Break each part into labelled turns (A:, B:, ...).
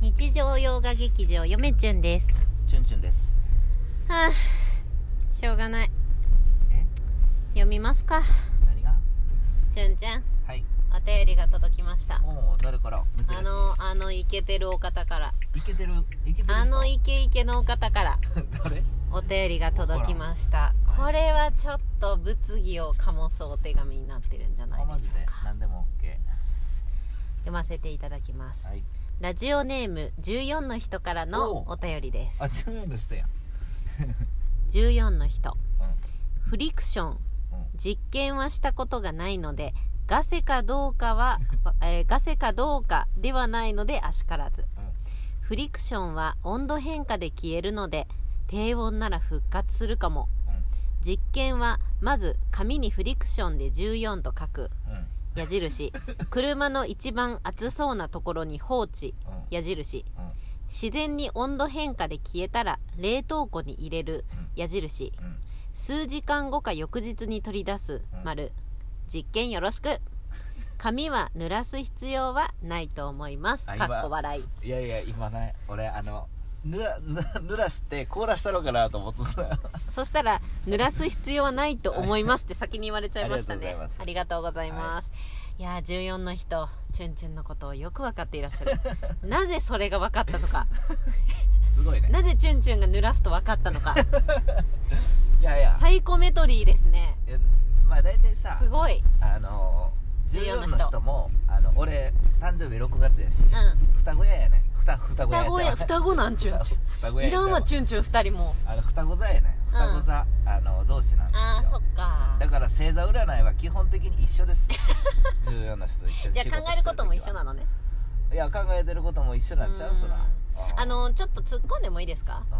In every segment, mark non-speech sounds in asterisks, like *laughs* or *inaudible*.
A: 日常洋画劇場よめちゅんです
B: チュンチュンです
A: はあしょうがない
B: え
A: 読みますか
B: 何が
A: ちゅんちゅん
B: はい
A: お便りが届きました
B: おお誰から珍しい
A: あのあのイケてるお方から
B: イケてるイケてる人
A: あのイケイケのお方から
B: 誰
A: お便りが届きました
B: ほら
A: これはちょっと物議を醸すお手紙になってるんじゃな
B: あ
A: いで
B: マ
A: しょ
B: ジ
A: う
B: で
A: か
B: 何でも OK
A: 読ませていただきます
B: はい
A: ラジオネーム14の人からの
B: おう
A: お便りです
B: あ自分の人や
A: 14の人
B: うん
A: フリクション
B: うん
A: 実験はしたことがないのでガセかどうかは、 *laughs* えーガセかどうかではないのであしからず、フリクションは温度変化で消えるので低温なら復活するかも実験はまず紙にフリクションで14と書く
B: うんうん
A: 矢
B: *laughs*
A: 印車の一番熱そうなところに放置
B: うん
A: 矢印
B: うん
A: 自然に温度変化で消えたら冷凍庫に入れる
B: うん
A: 矢印
B: うん
A: 数時間後か翌日に取り出す
B: うん
A: 丸実験よろしく髪は濡らす必要はないと思います
B: あ
A: か
B: 今
A: っこ笑い
B: いやいや今ね俺あのぬらぬらぬらして凍らしたのかなと思ってた *laughs*
A: そしたら濡らす必要はないと思いますって先に言われちゃいましたねあ
B: あ
A: り
B: り
A: がとうございますいやー14の人チュンチュンのことをよく分かっていらっしゃる *laughs* なぜそれが分かったのか
B: すごいね
A: なぜチュンチュンが濡らすと分かったの *laughs* か
B: いやいや
A: サイコメトリーですね
B: いやまあ大体さ
A: すごい
B: あの
A: 14
B: 14
A: の
B: の
A: 人
B: 人もあの俺誕生日6月やし
A: うん
B: 双子屋やね双双子屋
A: 双子や
B: ちゃう
A: 双子なんチュンチュ
B: *laughs* 双子
A: ン
B: 屋
A: いらんわチュンチュン2人も
B: あの双子座やね双子座、あの同士なんですよ
A: あーそっか
B: だから星座占いは基本的に一緒です
A: *laughs*
B: 14の人と一緒
A: じゃあ考えることも一緒な
B: の
A: のね
B: いや考えてることも一緒なんちゃ
A: う
B: うんそら
A: あ
B: うん
A: のちょっと突っ込んでもいいですか
B: う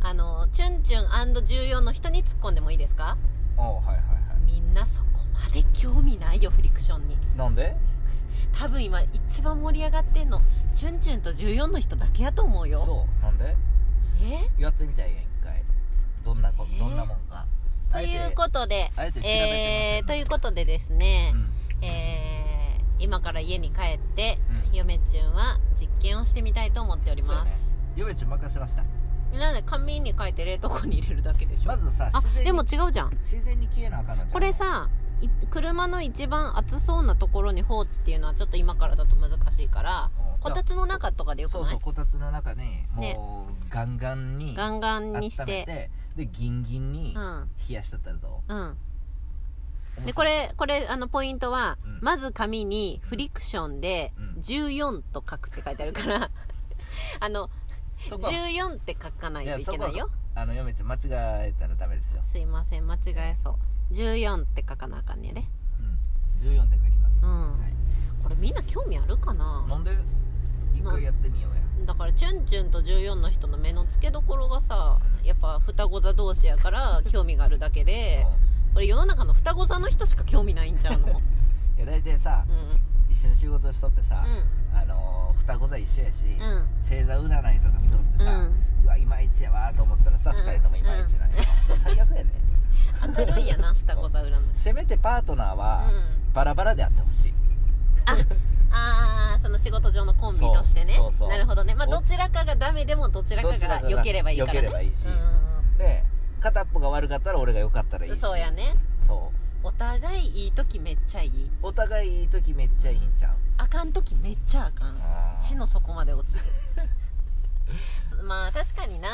A: あのチュンチュン &14 の人に突っ込んでもいいですか
B: んおうはいはいは
A: みんなそこまで興味ないよフリクションに
B: いなんで
A: 多分今一番盛り上がってんのチュンチュンと14の人だけやと思うよ
B: そうなんで
A: え
B: やってみたいやん一回どんなこ
A: えー
B: どんなもんか
A: ということで
B: あえて調べてません
A: えー、ということでですね
B: う、ん
A: えー、今から家に帰って、
B: うん
A: 嫁チュンは実験をしてみたいと思っております、
B: ゆめちゅん任せました
A: なんで紙に書いて冷凍庫に入れるだけでしょ、
B: まずさ
A: あ
B: 自然に
A: でも違うじゃん
B: 自然に消えなあかんのちゃう
A: これさい車の一番暑そうなところに放置っていうのはちょっと今からだと難しいから
B: うん
A: こたつの中とかでよく
B: そう
A: ない
B: そうこたつの中に
A: ね
B: もうガンガンに
A: ガンガンにして
B: 温めてでギンギンに
A: うん
B: 冷やしたったらど
A: うん
B: う
A: でこれこれあのポイントは、
B: うん
A: まず紙にフリクションで
B: うん
A: 14と書くって書いてあるから *laughs* あの
B: そこ
A: 14って書かない
B: い
A: と
B: や
A: いけないよ
B: あの嫁ちゃん間違えたらダメですよ、
A: すいません間違えそう14って書かなあかんねんね
B: うん、14点書きます、
A: うん
B: はい、
A: これみんな興味あるかな
B: なんで一回やってみようや
A: だからチュンチュンと14の人の目の付けどころがさやっぱ双子座同士やから興味があるだけでこれ世の中の双子座の人しか興味ないんちゃう
B: *laughs*
A: の
B: うんいや大体さ、
A: うん
B: 一緒に仕事しとってさ、
A: う
B: あのー双子座一緒やし、
A: んうん
B: 星座占いとか見とってさ、
A: う
B: うわいまいちやわーと思ったらさ、
A: うん
B: 二人ともいまいちなんや、最悪やね
A: 明るいやな双子座裏の人
B: せめてパートナー
A: う
B: は
A: ん
B: バラバラであってほしい、
A: ああその仕事上のコンビとしてね
B: そうそうそう
A: なるほどねまあ
B: お
A: どちらかがダメでもどちらか
B: どちら
A: が
B: かが
A: 良ければいいからね
B: 良ければいいし
A: うん
B: で片っぽが悪かったら俺が良かったらいい
A: うんう
B: し
A: んそうやね
B: そう
A: お互いいい時めっちゃいい
B: お互いいい時めっちゃいいんちゃう
A: あかん時めっちゃあかん地の底まで落ちる *laughs* まあ確かにな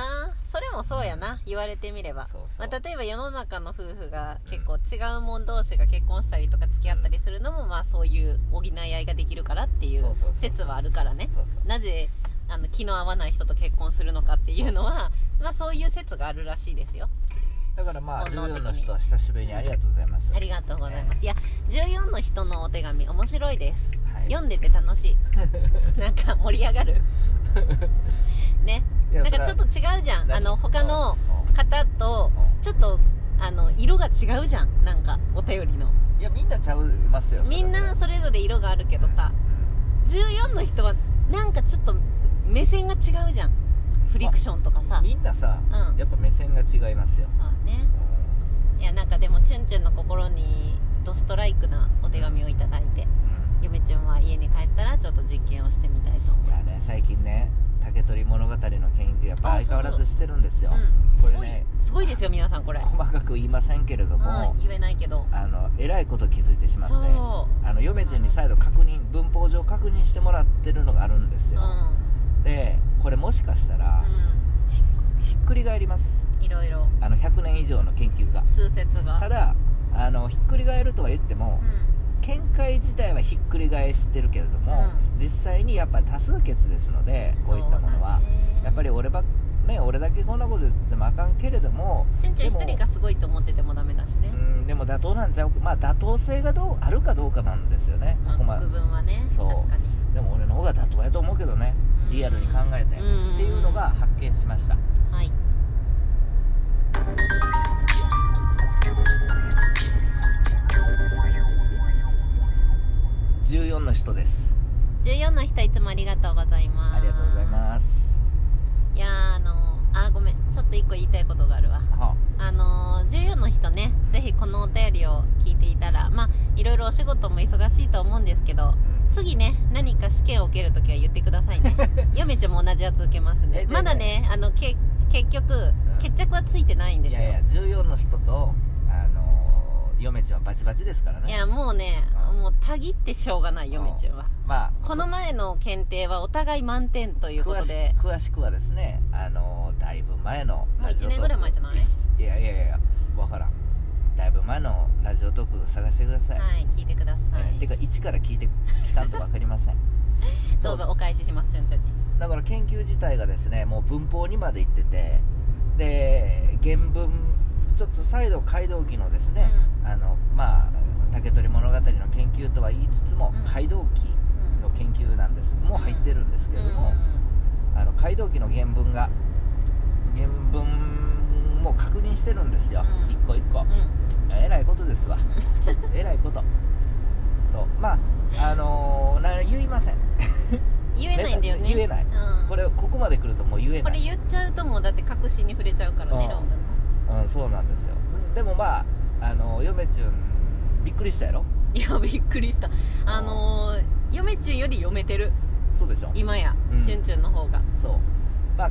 A: それもそうやな言われてみれば
B: そうそう、
A: まあ、例えば世の中の夫婦が結構違うもん同士が結婚したりとか付き合ったりするのも、まあそういう補い合いができるからっていう
B: そうそうそう
A: 説はあるからね
B: そうそう
A: なぜあの気の合わない人と結婚するのかっていうのは、まあ、そういう説があるらしいですよ
B: だからまあ
A: 本能的
B: 14
A: に
B: の人は久しぶりにありがとうございます、
A: ありがとうございますいや14の人のお手紙面白いです
B: はい、
A: 読んでて楽し
B: *laughs*
A: いなんか盛り上がるね
B: いや
A: なん
B: そ
A: か
B: れ
A: ちょ
B: は
A: っと違うじゃんあの他の方と
B: うんうん
A: ちょっとあの色が違うじゃんなんかお便りの
B: いやみんなちゃいますよそれ
A: みんなそれぞれ色があるけどさ14の人はなんかちょっと目線が違うじゃんフリクションとか
B: うん
A: さ
B: みんなさ
A: うんそう
B: やっぱ目線が違いますよ、
A: ねいやなんかでもチュンチュンの心にドストライクなお手紙をいただいて
B: うん
A: ゆめちゃんは家に帰ったらちょっと実験をしてみたいと思
B: い
A: いま
B: やね最近ね卓
A: あ
B: ぱい相変わらずしてるんですよ、
A: うん、
B: こ
A: す
B: れ
A: ごい
B: ね
A: すごいですよ皆さんこれ、う
B: 細かく言いませんけれども
A: ん、、言えないけど
B: あのえらいこと気づいてしまって
A: そ
B: あの嫁ちゃんに再度確認文法上確認してもらってるのがあるんです
A: うう
B: よ、
A: ん
B: でこれもしかしたら、ひっくり返ります
A: うんいろいろ
B: あの100年以上の研究が
A: 通説が
B: ただあのひっくり返るとは言っても
A: う、ん
B: 見解自体はひっくり返してるけれども、実際にやっぱり多数決ですのでこういったものは、
A: そうだね
B: やっぱり俺ばっね俺だけこんなこと言ってもあかんけれども
A: ちゅんちゅん
B: で
A: 一
B: も
A: 人がすごいと思っててもダメだしね
B: うんでも妥当なんちゃうまあ妥当性がどうあるかどうかなんですよねここま
A: 国分はね
B: そう
A: 確かに
B: でも俺の方が妥当やと思うけどね
A: うん
B: リアルに考えて、
A: うん
B: っていうのが発見しました
A: はい
B: 14の人です
A: 14の人いつもありがとうございます
B: ありがとうございます
A: いやーあのーあーごめんちょっと一個言いたいことがあるわ
B: は
A: あのー14の人ねぜひこのお便りを聞いていたらまあいろいろお仕事も忙しいと思うんですけど次ね何か試験を受けるときは言ってください
B: *laughs*
A: ねよめちゃんも同じやつ受けますん
B: え
A: で
B: でね
A: まだねあのけ結局
B: ん
A: 決着はついてないん
B: うん
A: で
B: い
A: すよ
B: やいや14の人とあのー嫁ちゃんはバチバチですから
A: い
B: ね
A: やもうね
B: うん
A: もうたぎってしょうがないよめちゃんは
B: まあ
A: この前の検定はお互い満点というこ
B: 詳
A: と
B: し
A: で
B: 詳しくはですねあのーだいぶ前の
A: もう
B: ラジオ
A: 1年ぐらい前じゃない
B: いやいやいや分からんだいぶ前のラジオトーク探してください、
A: はい聞いてくださ
B: えーて
A: い
B: か一から聞いて聞かんと分かりません
A: *laughs* どうぞお返しします順調に
B: だから研究自体がですねもう文法にまで行っててで原文ちょっと再度街道記のですね、あのまあ竹取物語の研究とは言いつつも、
A: うん
B: 街道記の研究なんですもう入ってるんですけれども、あの街道記の原文が原文も確認してるんですよ、
A: うん
B: 一個一個、えらいことで
A: *laughs*
B: すわえらいことそうまああのーな言いません
A: 言えないんだよね
B: 言えない
A: うん
B: これここまで来るともう言え
A: こ
B: ない
A: れ言っちゃうともうだって確信に触れちゃうからね
B: うん
A: 論文の
B: うん、そうなんですよでもまああの嫁ちゅんびっくりしたやろ
A: いやびっくりしたあのー、嫁ちゅんより読めてる
B: そうでしょ
A: 今や、
B: うん
A: ちゅんちゅんの方が
B: そうまあ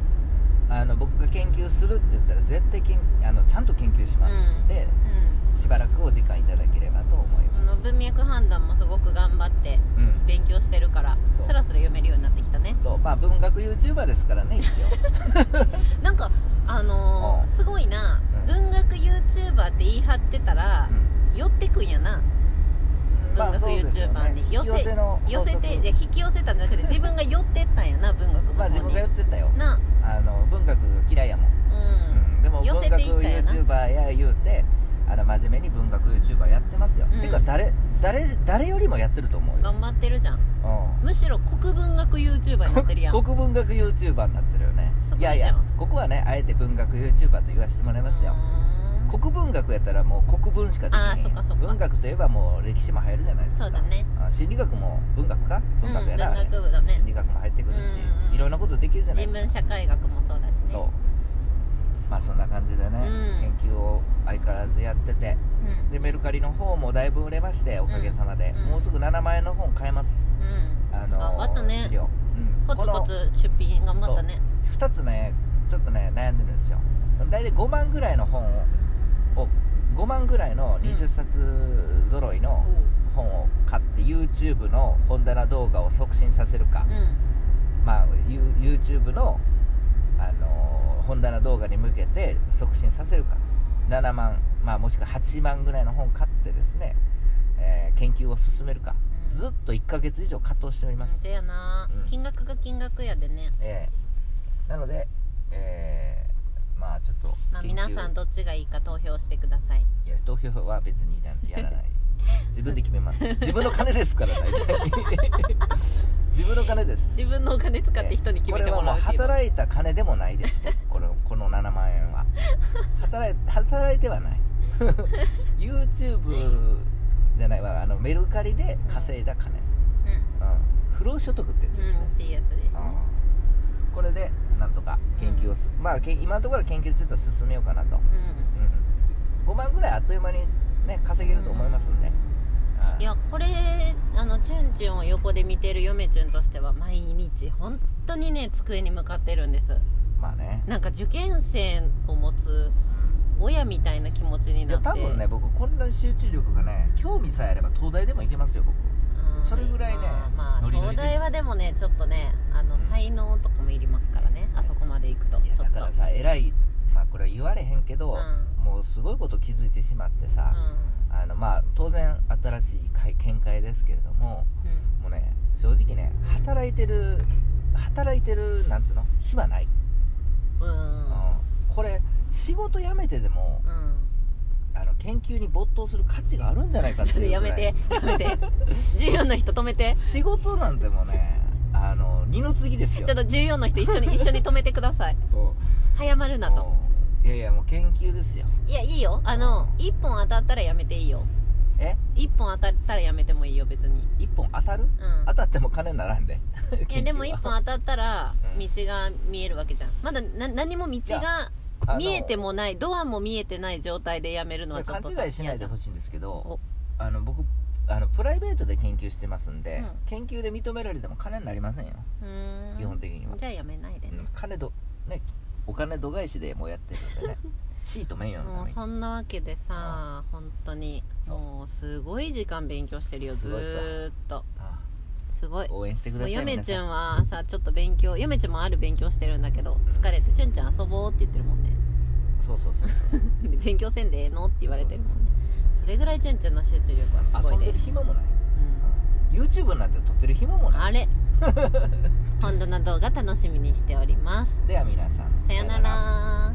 B: あの僕が研究するって言ったら絶対けんあのちゃんと研究します
A: うん
B: んで、
A: う
B: しばらくお時間いただければと思い
A: んあの
B: ます
A: 文脈判断もすごく頑張って
B: うん
A: 勉強してるから
B: そう
A: スラスラ読めるようになってきたね
B: そうまあ文学 YouTuber ですか
A: *laughs*
B: らね一応
A: なんかあのー
B: うん
A: すごいな、
B: うん
A: 文学 YouTuber って言い張ってたら
B: う、ん
A: 寄ってくんやな
B: ま
A: 文
B: あ
A: 学
B: そうですよ
A: YouTuber に寄せ
B: 引き寄せの法
A: 寄
B: 則
A: せていや引き寄せたんじゃなくて自分が寄ってったんやな文学の
B: まあ
A: 方
B: 自
A: に、
B: 分が寄ってったよ
A: な
B: あの文学嫌いやもん、
A: うん
B: うんでも
A: 寄
B: 文
A: せ
B: 学
A: ていったよな
B: YouTuber や言うてあの真面目に文学 YouTuber やってますよ、
A: うん
B: てか誰誰誰よりもやってると思うよ、
A: 頑張ってるじゃん
B: う
A: むしろ国文学 YouTuber になってるやん
B: ん、 *laughs* 国文学 YouTuber になってるよね
A: すごい
B: い
A: じゃん
B: やいやここはねあえて文学 YouTuber と言わせてもらいますよ
A: うーん
B: 国文学やったらもう国文しかでき
A: あーそっか
B: な
A: そっか
B: い文学といえばもう歴史も入るじゃないですか
A: そうだね
B: あ心理学も文学か文学やな、
A: うん、文学部だね
B: 心理学も入ってくるし
A: うん、うん
B: いろんなことできるじゃない
A: 人
B: ですか
A: 文社会学もそうだしね
B: そうまあそんな感じでね、
A: うん
B: 研究を相変わらずやってて
A: うん、
B: でメルカリの方もだいぶ売れましておかげさまで、
A: うん
B: もうすぐ7万円の本買えます
A: う
B: あの
A: 頑張ったね
B: 資料、うん
A: ん、コツコツ出品頑張ったね
B: この2つねちょっとね悩んでるんですよ大体5万ぐらいの本を5万ぐらいの20冊揃いの本を買って YouTube の本棚動画を促進させるか
A: う、ん
B: まあ、ユー YouTube の、あのー本棚動画に向けて促進させるか7万、まあ、もしくは8万ぐらいの本買ってですね、えー研究を進めるかずっと1ヶ月以上葛藤しております、
A: うんやな、
B: うん
A: 金額が金額やでね
B: えーなので、えーまあちょっと
A: まあ
B: 研究
A: 皆さんどっちがいいか投票してください
B: いや投票は別になんてやらない
A: *laughs*
B: 自分で決めます自分の金ですから大
A: *laughs*
B: 体自分の金です
A: 自分のお金使って人に決めてもらう
B: これは
A: ってい
B: も
A: うう
B: 働いた金でもないで
A: *laughs*
B: すねこのこの7万円は働い働いて
A: *laughs*
B: はない YouTube じゃないわあのメルカリで稼いだ金、うん不労所得ってやつ
A: う
B: で
A: ん、
B: すね
A: うん、っていうやつですね
B: うんこれでなんとか研究をす、まあけん今のところ研究ちょっと進めようかなと、
A: うん
B: うん、5万ぐらいあっという間にね稼げると思いますんで、はい
A: やこれあのチュンチュンを横で見てる嫁チュンとしては毎日本当にね机に向かってるんです
B: まあね
A: なんか受験生を持つ親みたいな気持ちに
B: い
A: な
B: や
A: って
B: 多分ね僕こんなに集中力がね興味さえあれば東大でも行けますよ僕
A: うん
B: それぐらいね
A: まあまあ
B: ノリノリです
A: 東大はでもねちょっとねあの
B: うん
A: 才能とかもいりますからねあそこまで行くと
B: いや
A: ちょ
B: だ
A: っと
B: からさ偉いまあこれは言われへんけど、
A: うん
B: もうすごいこと気づいてしまって
A: うん
B: さ、あのまあ当然新しい会見解ですけれども
A: うん
B: もうね正直ね働いてる働いてるなんつうの暇ない、
A: うん
B: うんこれ仕事辞めてでも
A: うん
B: あの研究に没頭する価値があるんじゃないかっ
A: ちょ
B: て
A: っと
B: いう
A: やめ
B: ぐらい
A: てやめて
B: *laughs*
A: 14の人止めて
B: 仕事なんてもうねあの二の次ですよ
A: ちょっと14の人一緒に一緒に止めてください
B: うん
A: 早まるなと
B: うんいやいやもう研究ですよ
A: いやいいよあの
B: うん
A: 1本当たったらやめていいよ
B: え
A: 1本当たったらやめてもいいよ別に
B: 一本当たる
A: うん
B: 当たっても金にならんで
A: いやでも
B: 研
A: 1
B: 究は
A: 本当たったら
B: うん
A: 道が見えるわけじゃんまだな何も道が
B: あの
A: 見えてもないドアも見えてない状態でやめるのはちょっと
B: 勘
A: さ
B: 違いしないで
A: 嫌じ
B: ほしいんですけど
A: お
B: あの僕あのプライベートで研究してますんで、
A: うん
B: 研究で認められても金になりませんよ、
A: ゃんうーん
B: 基本的には、
A: じゃあやめないで
B: う
A: ね
B: ん、金どねお金度外視でもうやってる
A: *laughs*
B: んでね地位と名誉の
A: もう
B: た
A: そんなわけでさ本当に
B: そう
A: もうすごい時間勉強してるよず
B: すごいさ
A: ーっとすごい
B: めに応援してくだ
A: も
B: さ
A: う
B: い
A: ゆめ
B: 皆
A: ちゅ
B: さん
A: んはさちょっと勉強ゆめちゅんもある勉強してるんだけど疲れて「ちゅんちゃん遊ぼう」って言ってるもんね
B: そうそうそう
A: で勉強せんでええのって言われてるもんねそれぐらいちゅんちゅんの集中力はすご
B: 遊
A: い
B: んで
A: で
B: る
A: す、う
B: 暇もない
A: ん
B: YouTube なんて撮ってる暇もな
A: あ
B: いし *laughs*
A: れ本当の動画楽しみにしております
B: では皆さん
A: さよなら